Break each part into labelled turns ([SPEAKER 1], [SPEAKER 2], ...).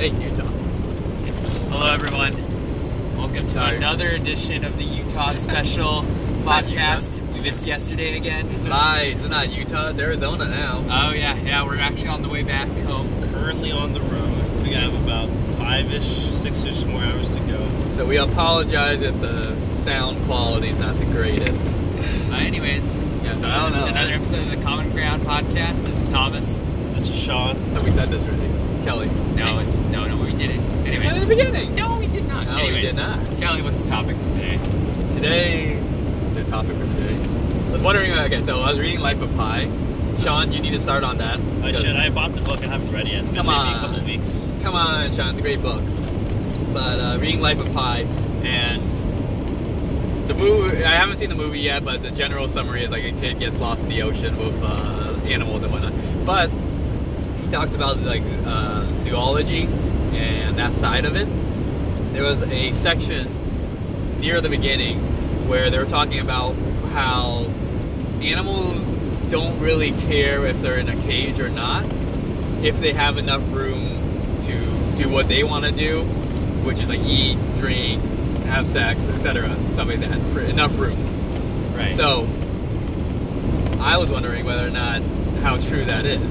[SPEAKER 1] in Utah.
[SPEAKER 2] Hello, everyone. Welcome to
[SPEAKER 1] Sorry.
[SPEAKER 2] another edition of the Utah Special podcast. We missed yesterday again.
[SPEAKER 1] Lies, it's not Utah, it's Arizona now.
[SPEAKER 2] Oh yeah, yeah. We're actually on the way back home.
[SPEAKER 3] currently on the road. We have about five-ish, six-ish more hours to go.
[SPEAKER 1] So we apologize if the sound quality is not the greatest.
[SPEAKER 2] But Uh, anyways,
[SPEAKER 1] Yeah, so
[SPEAKER 2] so
[SPEAKER 1] I don't
[SPEAKER 2] this is
[SPEAKER 1] know.
[SPEAKER 2] another episode of the Common Ground podcast. This is Thomas.
[SPEAKER 3] This is Sean.
[SPEAKER 1] Have we said this already? Kelly.
[SPEAKER 2] No, it's no, no. We did it.
[SPEAKER 1] We said it at
[SPEAKER 2] Anyways,
[SPEAKER 1] the beginning.
[SPEAKER 2] no, we did not.
[SPEAKER 1] No, we
[SPEAKER 2] anyways,
[SPEAKER 1] did not.
[SPEAKER 2] Kelly, what's the topic for today?
[SPEAKER 1] Today, what's the topic for today? I was wondering, uh, okay, so I was reading Life of Pi. Sean, you need to start on that.
[SPEAKER 3] I
[SPEAKER 1] because-
[SPEAKER 3] should. Oh, I bought the book. I haven't read it yet. It's been
[SPEAKER 1] Come
[SPEAKER 3] maybe
[SPEAKER 1] on.
[SPEAKER 3] a couple weeks.
[SPEAKER 1] Come on, Sean, it's a great book. But uh, reading Life of Pi and the movie. I haven't seen the movie yet, but the general summary is like a kid gets lost in the ocean with uh, animals and whatnot. But he talks about like uh, zoology and that side of it. There was a section near the beginning where they were talking about how animals don't really care if they're in a cage or not if they have enough room to do what they want to do, which is like eat, drink, have sex, etc., something like that, for enough room.
[SPEAKER 3] Right.
[SPEAKER 1] So, I was wondering whether or not how true that is.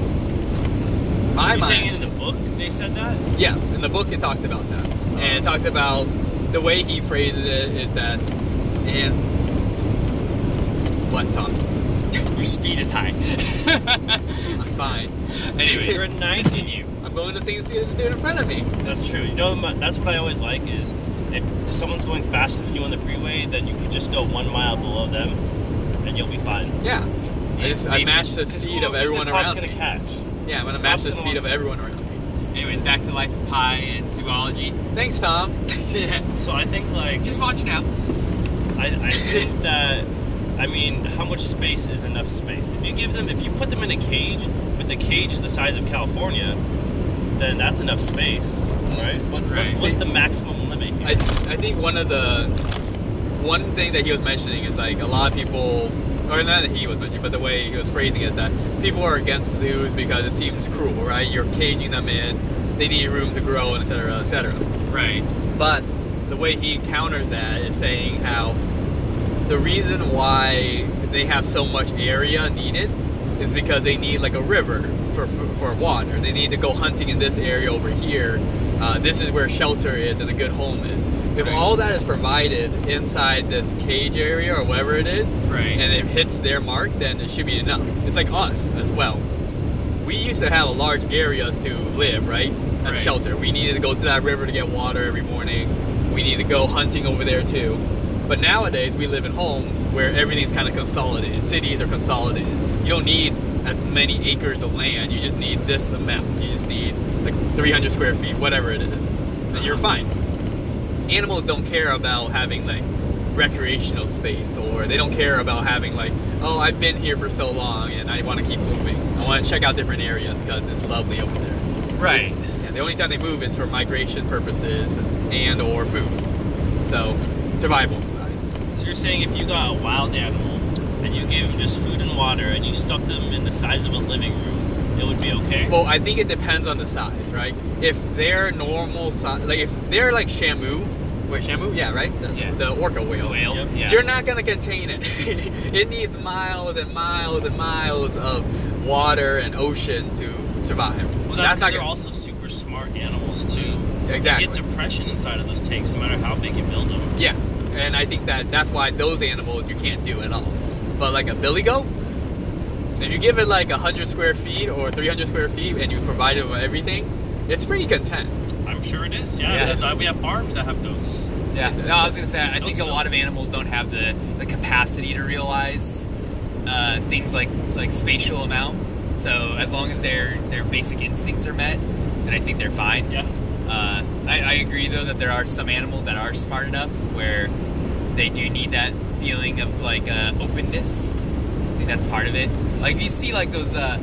[SPEAKER 1] My
[SPEAKER 3] You're
[SPEAKER 1] mind-
[SPEAKER 3] saying in the book they said that?
[SPEAKER 1] Yes, in the book it talks about that.
[SPEAKER 3] Oh.
[SPEAKER 1] And it talks about the way he phrases it is that, and what, Tom?
[SPEAKER 2] Your speed is high.
[SPEAKER 1] I'm fine.
[SPEAKER 2] Anyways.
[SPEAKER 3] You're at 19. You.
[SPEAKER 1] I'm going the same speed as the dude in front of me.
[SPEAKER 3] That's true. You know, my- that's what I always like is if, if someone's going faster than you on the freeway, then you could just go one mile below them, and you'll be fine.
[SPEAKER 1] Yeah. I just I
[SPEAKER 3] Maybe.
[SPEAKER 1] match the
[SPEAKER 3] 'Cause
[SPEAKER 1] speed
[SPEAKER 3] who-
[SPEAKER 1] of
[SPEAKER 3] who's
[SPEAKER 1] everyone
[SPEAKER 3] the cop's
[SPEAKER 1] around
[SPEAKER 3] gonna
[SPEAKER 1] me.
[SPEAKER 3] catch?
[SPEAKER 1] Yeah, I'm gonna match the
[SPEAKER 3] Cops
[SPEAKER 1] speed
[SPEAKER 3] gonna-
[SPEAKER 1] of everyone around me.
[SPEAKER 2] anyways, back to life of Pi and zoology.
[SPEAKER 1] Thanks, Tom.
[SPEAKER 3] So I think like
[SPEAKER 2] Just watching out.
[SPEAKER 3] I, I think that I mean, how much space is enough space? If you give them, if you put them in a cage, but the cage is the size of California, then that's enough space, right? What's,
[SPEAKER 2] Right.
[SPEAKER 3] what's, what's the maximum limit
[SPEAKER 1] I,
[SPEAKER 3] here?
[SPEAKER 1] I think one of the one thing that he was mentioning is like a lot of people, or not that he was mentioning, but the way he was phrasing it is that people are against zoos because it seems cruel, right? You're caging them in, they need room to grow, and et cetera, et cetera.
[SPEAKER 2] Right.
[SPEAKER 1] But the way he counters that is saying how the reason why they have so much area needed is because they need like a river for, for, for water. They need to go hunting in this area over here. Uh, this is where shelter is and a good home is. If
[SPEAKER 2] Right.
[SPEAKER 1] all that is provided inside this cage area or whatever it is,
[SPEAKER 2] Right.
[SPEAKER 1] and it hits their mark, then it should be enough. It's like us as well. We used to have large areas to live, right? As
[SPEAKER 2] Right.
[SPEAKER 1] shelter. We needed to go to that river to get water every morning. We need to go hunting over there too. But nowadays, we live in homes where everything's kind of consolidated. Cities are consolidated. You don't need as many acres of land. You just need this amount. You just need like 300 square feet, whatever it is. And you're fine animals don't care about having like recreational space or they don't care about having like oh i've been here for so long and i want to keep moving i want to check out different areas because it's lovely over there
[SPEAKER 2] Right.
[SPEAKER 1] yeah, the only time they move is for migration purposes and or food so survival size
[SPEAKER 3] So you're saying if you got a wild animal and you gave them just food and water and you stuck them in the size of a living room, it would be okay?
[SPEAKER 1] well i think it depends on the size right if they're normal size like if they're like shamu wait shamu yeah right the,
[SPEAKER 3] Yeah.
[SPEAKER 1] the orca
[SPEAKER 3] A
[SPEAKER 1] whale
[SPEAKER 3] whale?
[SPEAKER 2] Yep.
[SPEAKER 3] Yeah.
[SPEAKER 1] You're not gonna contain it. it needs miles and miles and miles of water and ocean to survive.
[SPEAKER 3] well, that's,
[SPEAKER 1] not
[SPEAKER 3] because they're
[SPEAKER 1] gonna-
[SPEAKER 3] also super smart animals too.
[SPEAKER 1] exactly.
[SPEAKER 3] They get depression inside of those tanks, no matter how big you build them.
[SPEAKER 1] yeah, and I think that that's why those animals you can't do at all. But like a billy goat, if you give it like hundred square feet or three hundred square feet and you provide it with everything, it's pretty content.
[SPEAKER 3] I'm sure it is. Yeah,
[SPEAKER 2] Yeah.
[SPEAKER 3] that's why we have farms that have goats.
[SPEAKER 2] Yeah. No, I was gonna say I think a
[SPEAKER 3] Don't-
[SPEAKER 2] lot of animals don't have the, the capacity to realize uh, things like like spatial amount. So as long as their their basic instincts are met, then I think they're fine.
[SPEAKER 3] Yeah.
[SPEAKER 2] Uh, I, I agree though that there are some animals that are smart enough where they do need that feeling of like uh, openness. I think that's part of it. Like you see like those uh,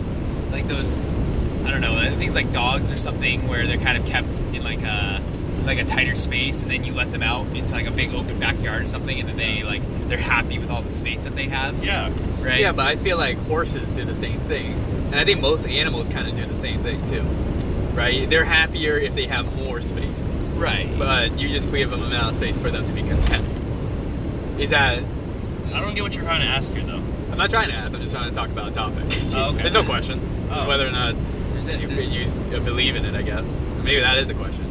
[SPEAKER 2] like those I don't know uh, things like dogs or something where they're kind of kept in like a like a tighter space and then you let them out into like a big open backyard or something and then they like they're happy with all the space that they have.
[SPEAKER 3] Yeah.
[SPEAKER 2] Right.
[SPEAKER 1] Yeah, but I feel like horses do the same thing, and I think most animals kind of do the same thing too. right? They're happier if they have more space,
[SPEAKER 2] Right.
[SPEAKER 1] but you just give them an amount of space for them to be content. Is that?
[SPEAKER 3] I don't get what you're trying to ask here, though.
[SPEAKER 1] I'm not trying to ask. I'm just trying to talk about a topic.
[SPEAKER 3] Oh, okay.
[SPEAKER 1] There's no question It's
[SPEAKER 3] Oh.
[SPEAKER 1] whether or not
[SPEAKER 2] There's a-
[SPEAKER 1] you,
[SPEAKER 2] there's-
[SPEAKER 1] you uh, believe in it. I guess maybe that is a question.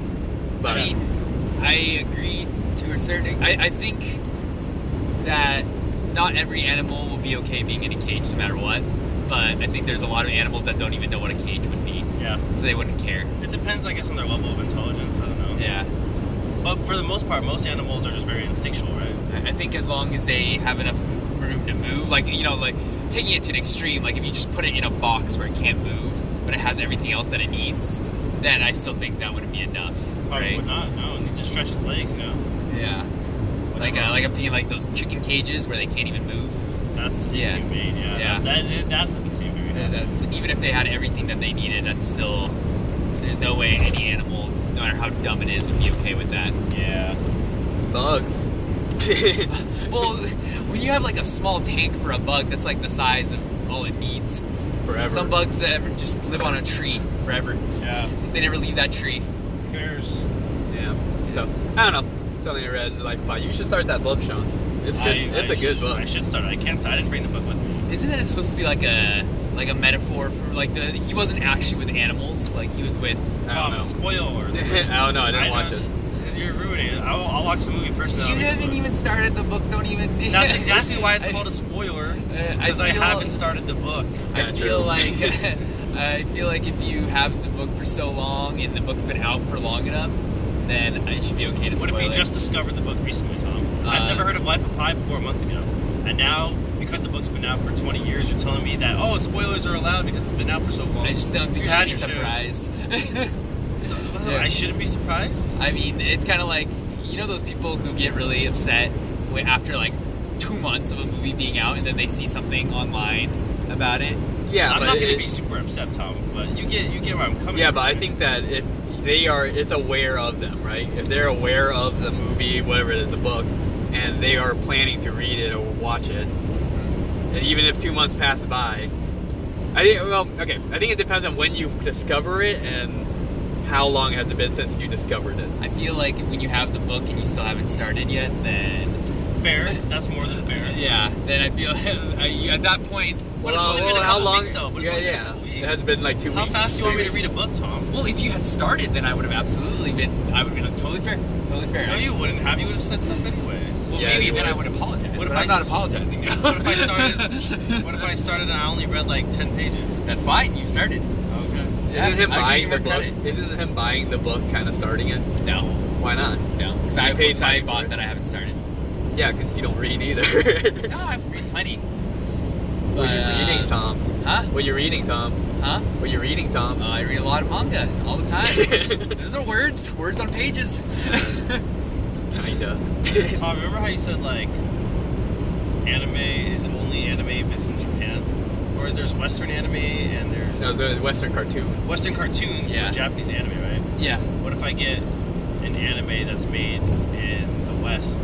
[SPEAKER 1] But
[SPEAKER 2] I mean, I agree to a certain. I, I think that not every animal will be okay being in a cage, no matter what. But I think there's a lot of animals that don't even know what a cage would be,
[SPEAKER 3] Yeah.
[SPEAKER 2] so they wouldn't care.
[SPEAKER 3] It depends, I guess, on their level of intelligence. I don't know.
[SPEAKER 2] Yeah,
[SPEAKER 3] But for the most part, most animals are just very instinctual, right?
[SPEAKER 2] I I think as long as they have enough room to move, like you know, like taking it to an extreme, like if you just put it in a box where it can't move, but it has everything else that it needs, then I still think that wouldn't be enough,
[SPEAKER 3] Probably
[SPEAKER 2] right?
[SPEAKER 3] would not. No, it needs to stretch its legs. You know,
[SPEAKER 2] Yeah. Like uh, like I'm thinking like those chicken cages where they can't even move.
[SPEAKER 3] that's
[SPEAKER 2] Yeah.
[SPEAKER 3] inhumane. Yeah.
[SPEAKER 2] Yeah.
[SPEAKER 3] That, that, that doesn't seem very.
[SPEAKER 2] Yeah, that's even if they had everything that they needed, that's still there's no way any animal, no matter how dumb it is, would be okay with that.
[SPEAKER 3] Yeah.
[SPEAKER 1] bugs.
[SPEAKER 2] Well, when you have like a small tank for a bug, that's like the size of all it needs.
[SPEAKER 1] forever.
[SPEAKER 2] Some bugs that ever just live on a tree forever.
[SPEAKER 3] Yeah.
[SPEAKER 2] They never leave that tree.
[SPEAKER 3] Who cares?
[SPEAKER 1] Yeah. So I don't know. Something I read in Life of Pi. You should start that book, Sean. It's good.
[SPEAKER 3] I-
[SPEAKER 1] it's
[SPEAKER 3] I
[SPEAKER 1] a good
[SPEAKER 3] sh-
[SPEAKER 1] book.
[SPEAKER 3] I should start. I can't. start. I didn't bring the book with me.
[SPEAKER 2] Isn't that supposed to be like a like a metaphor for like the he wasn't actually with animals, like he was with
[SPEAKER 1] I don't
[SPEAKER 3] Tom,
[SPEAKER 1] know.
[SPEAKER 3] spoil or.
[SPEAKER 1] I don't know. I didn't watch
[SPEAKER 3] just-
[SPEAKER 1] it.
[SPEAKER 3] You're ruining it. I'll, I'll watch the movie first. And then
[SPEAKER 2] You
[SPEAKER 3] I'll read the
[SPEAKER 2] haven't
[SPEAKER 3] book.
[SPEAKER 2] even started the book, don't even
[SPEAKER 3] That's exactly why it's
[SPEAKER 2] I-
[SPEAKER 3] called a spoiler.
[SPEAKER 2] Uh, I
[SPEAKER 3] Because I,
[SPEAKER 2] feel-
[SPEAKER 3] haven't started the book.
[SPEAKER 2] I
[SPEAKER 1] Kinda
[SPEAKER 2] feel
[SPEAKER 1] true.
[SPEAKER 2] like I feel like if you have the book for so long and the book's been out for long enough, then I should be okay to
[SPEAKER 3] What
[SPEAKER 2] spoil
[SPEAKER 3] if you
[SPEAKER 2] it.
[SPEAKER 3] just discovered the book recently, Tom?
[SPEAKER 2] Uh,
[SPEAKER 3] I've never heard of Life of Pi before a month ago. And now, because the book's been out for 20 years, you're telling me that, oh, spoilers are allowed because it's been out for so long.
[SPEAKER 2] I just don't think
[SPEAKER 3] You
[SPEAKER 2] you
[SPEAKER 3] had
[SPEAKER 2] should be
[SPEAKER 3] your chance.
[SPEAKER 2] surprised.
[SPEAKER 3] So, well,
[SPEAKER 2] Yeah.
[SPEAKER 3] oh, I shouldn't be surprised?
[SPEAKER 2] I mean, it's kind of like you know those people who get really upset wh- after like two months of a movie being out and then they see something online about it.
[SPEAKER 1] Yeah,
[SPEAKER 3] I'm
[SPEAKER 1] but
[SPEAKER 3] not going
[SPEAKER 1] it-
[SPEAKER 3] to be super upset, Tom, but you get you get where I'm coming
[SPEAKER 1] Yeah,
[SPEAKER 3] from.
[SPEAKER 1] but I think that if they are, it's aware of them, right? If they're aware of the movie, whatever it is, the book, and they are planning to read it or watch it, and even if two months pass by, I think. Well, okay, I think it depends on when you discover it and how long has it been since you discovered it.
[SPEAKER 2] I feel like when you have the book and you still haven't started yet, then
[SPEAKER 3] Fair. That's more than fair.
[SPEAKER 2] yeah, then I feel I, at that point.
[SPEAKER 3] What if it's
[SPEAKER 1] Well,
[SPEAKER 3] only been
[SPEAKER 1] well,
[SPEAKER 3] a couple
[SPEAKER 1] how long?
[SPEAKER 3] weeks, though? What if it's
[SPEAKER 1] yeah,
[SPEAKER 3] only been a
[SPEAKER 1] yeah.
[SPEAKER 3] couple
[SPEAKER 1] It
[SPEAKER 3] weeks?
[SPEAKER 1] has been like two
[SPEAKER 3] How
[SPEAKER 1] weeks.
[SPEAKER 3] fast do you want me to read a book, Tom?
[SPEAKER 2] Well, if you had started, then I would have absolutely been. I would have been totally fair. Totally fair.
[SPEAKER 3] No, you wouldn't have. You would have said stuff anyways.
[SPEAKER 2] Well,
[SPEAKER 1] Yeah,
[SPEAKER 2] maybe
[SPEAKER 1] you
[SPEAKER 2] then I
[SPEAKER 1] would.
[SPEAKER 2] would apologize.
[SPEAKER 3] What if
[SPEAKER 2] but
[SPEAKER 3] I
[SPEAKER 2] I'm not
[SPEAKER 3] s-
[SPEAKER 2] apologizing now.
[SPEAKER 3] What if I started? What if I started and I only read like ten pages?
[SPEAKER 2] That's fine. You started.
[SPEAKER 3] Okay.
[SPEAKER 2] Yeah,
[SPEAKER 1] Isn't him
[SPEAKER 2] I
[SPEAKER 1] buying
[SPEAKER 2] give you more
[SPEAKER 1] the book?
[SPEAKER 2] credit.
[SPEAKER 1] Isn't him buying the book kind of starting it?
[SPEAKER 2] No,
[SPEAKER 1] Why not?
[SPEAKER 2] no. Because
[SPEAKER 1] You
[SPEAKER 2] I
[SPEAKER 1] paid
[SPEAKER 2] paid
[SPEAKER 1] money
[SPEAKER 2] I
[SPEAKER 1] for it.
[SPEAKER 2] bought that I haven't started.
[SPEAKER 1] Yeah, because you don't read either.
[SPEAKER 2] No, I've read plenty.
[SPEAKER 1] what
[SPEAKER 2] But,
[SPEAKER 1] are you reading,
[SPEAKER 2] uh,
[SPEAKER 1] Tom?
[SPEAKER 2] Huh?
[SPEAKER 1] What are you reading, Tom?
[SPEAKER 2] Huh?
[SPEAKER 1] What are you reading, Tom?
[SPEAKER 2] Uh, I read a lot of manga all the time. Those are words. Words on pages.
[SPEAKER 1] Kinda.
[SPEAKER 3] Tom, remember how you said like anime is only anime if it's in Japan, or is there's Western anime and there's
[SPEAKER 1] no, it's a Western cartoon.
[SPEAKER 3] Western cartoons
[SPEAKER 2] Yeah.
[SPEAKER 3] and Japanese anime, right?
[SPEAKER 2] yeah.
[SPEAKER 3] What if I get an anime that's made in the West,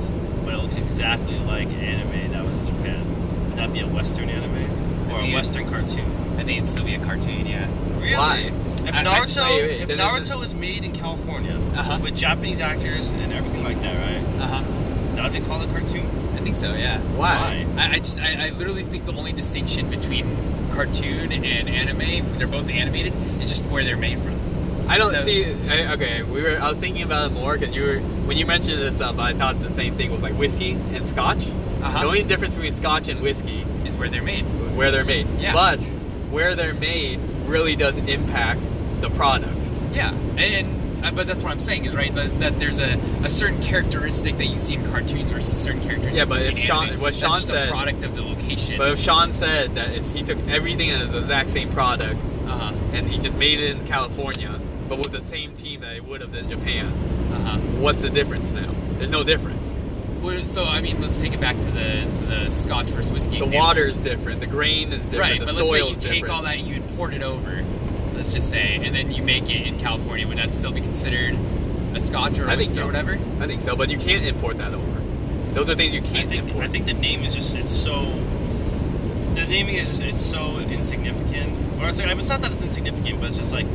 [SPEAKER 3] but it looks exactly like an anime that was in Japan? Would that be a Western anime or
[SPEAKER 2] I
[SPEAKER 3] a
[SPEAKER 2] think-
[SPEAKER 3] Western cartoon?
[SPEAKER 2] I think it'd still be a cartoon. Yeah.
[SPEAKER 3] Really?
[SPEAKER 1] Why?
[SPEAKER 3] If
[SPEAKER 2] I- I
[SPEAKER 3] Naruto,
[SPEAKER 2] just
[SPEAKER 1] say it-
[SPEAKER 3] if
[SPEAKER 1] that doesn't-
[SPEAKER 3] Naruto is made in California
[SPEAKER 2] Uh-huh.
[SPEAKER 3] with Japanese actors and everything like that, right?
[SPEAKER 2] Uh huh.
[SPEAKER 3] That would be called a cartoon.
[SPEAKER 2] I think so. Yeah.
[SPEAKER 1] Why?
[SPEAKER 2] I, I just I, I literally think the only distinction between cartoon and anime, they're both animated, is just where they're made from.
[SPEAKER 1] I don't
[SPEAKER 2] So-
[SPEAKER 1] see. I, okay, we were. I was thinking about it more because you were when you mentioned this stuff. I thought the same thing was like whiskey and scotch.
[SPEAKER 2] Uh-huh.
[SPEAKER 1] The only difference between scotch and whiskey
[SPEAKER 2] Is where they're made.
[SPEAKER 1] is where they're made.
[SPEAKER 2] Yeah.
[SPEAKER 1] But where they're made really does impact the product.
[SPEAKER 2] Yeah, and, and uh, but that's what I'm saying is right that, that there's a, a certain characteristic that you see in cartoons versus certain characteristics.
[SPEAKER 1] Yeah, but
[SPEAKER 2] you see
[SPEAKER 1] if
[SPEAKER 2] in
[SPEAKER 1] Sean-
[SPEAKER 2] anime.
[SPEAKER 1] what
[SPEAKER 2] that's
[SPEAKER 1] Sean
[SPEAKER 2] just
[SPEAKER 1] said-
[SPEAKER 2] a product of the location.
[SPEAKER 1] But if Sean said that if he took everything as the exact same product
[SPEAKER 2] uh huh.
[SPEAKER 1] and he just made it in California, but with the same team that it would have in Japan,
[SPEAKER 2] Uh huh.
[SPEAKER 1] what's the difference now? There's no difference.
[SPEAKER 2] Well, so I mean, let's take it back to the to the Scotch versus whiskey.
[SPEAKER 1] The
[SPEAKER 2] example.
[SPEAKER 1] water is different. The grain is different.
[SPEAKER 2] right?
[SPEAKER 1] the
[SPEAKER 2] but
[SPEAKER 1] soil
[SPEAKER 2] let's say you
[SPEAKER 1] is
[SPEAKER 2] take
[SPEAKER 1] different.
[SPEAKER 2] all that, you import it over. Let's just say, and then you make it in California. Would that still be considered a Scotch or a
[SPEAKER 1] I think
[SPEAKER 2] whiskey
[SPEAKER 1] so.
[SPEAKER 2] or whatever?
[SPEAKER 1] I think so, but you can't import that over. Those are things you
[SPEAKER 3] I
[SPEAKER 1] can't
[SPEAKER 3] think
[SPEAKER 1] import.
[SPEAKER 3] I think the name is just it's so the naming is just it's so insignificant. Or it's like I mean, it's not that it's insignificant, but it's just like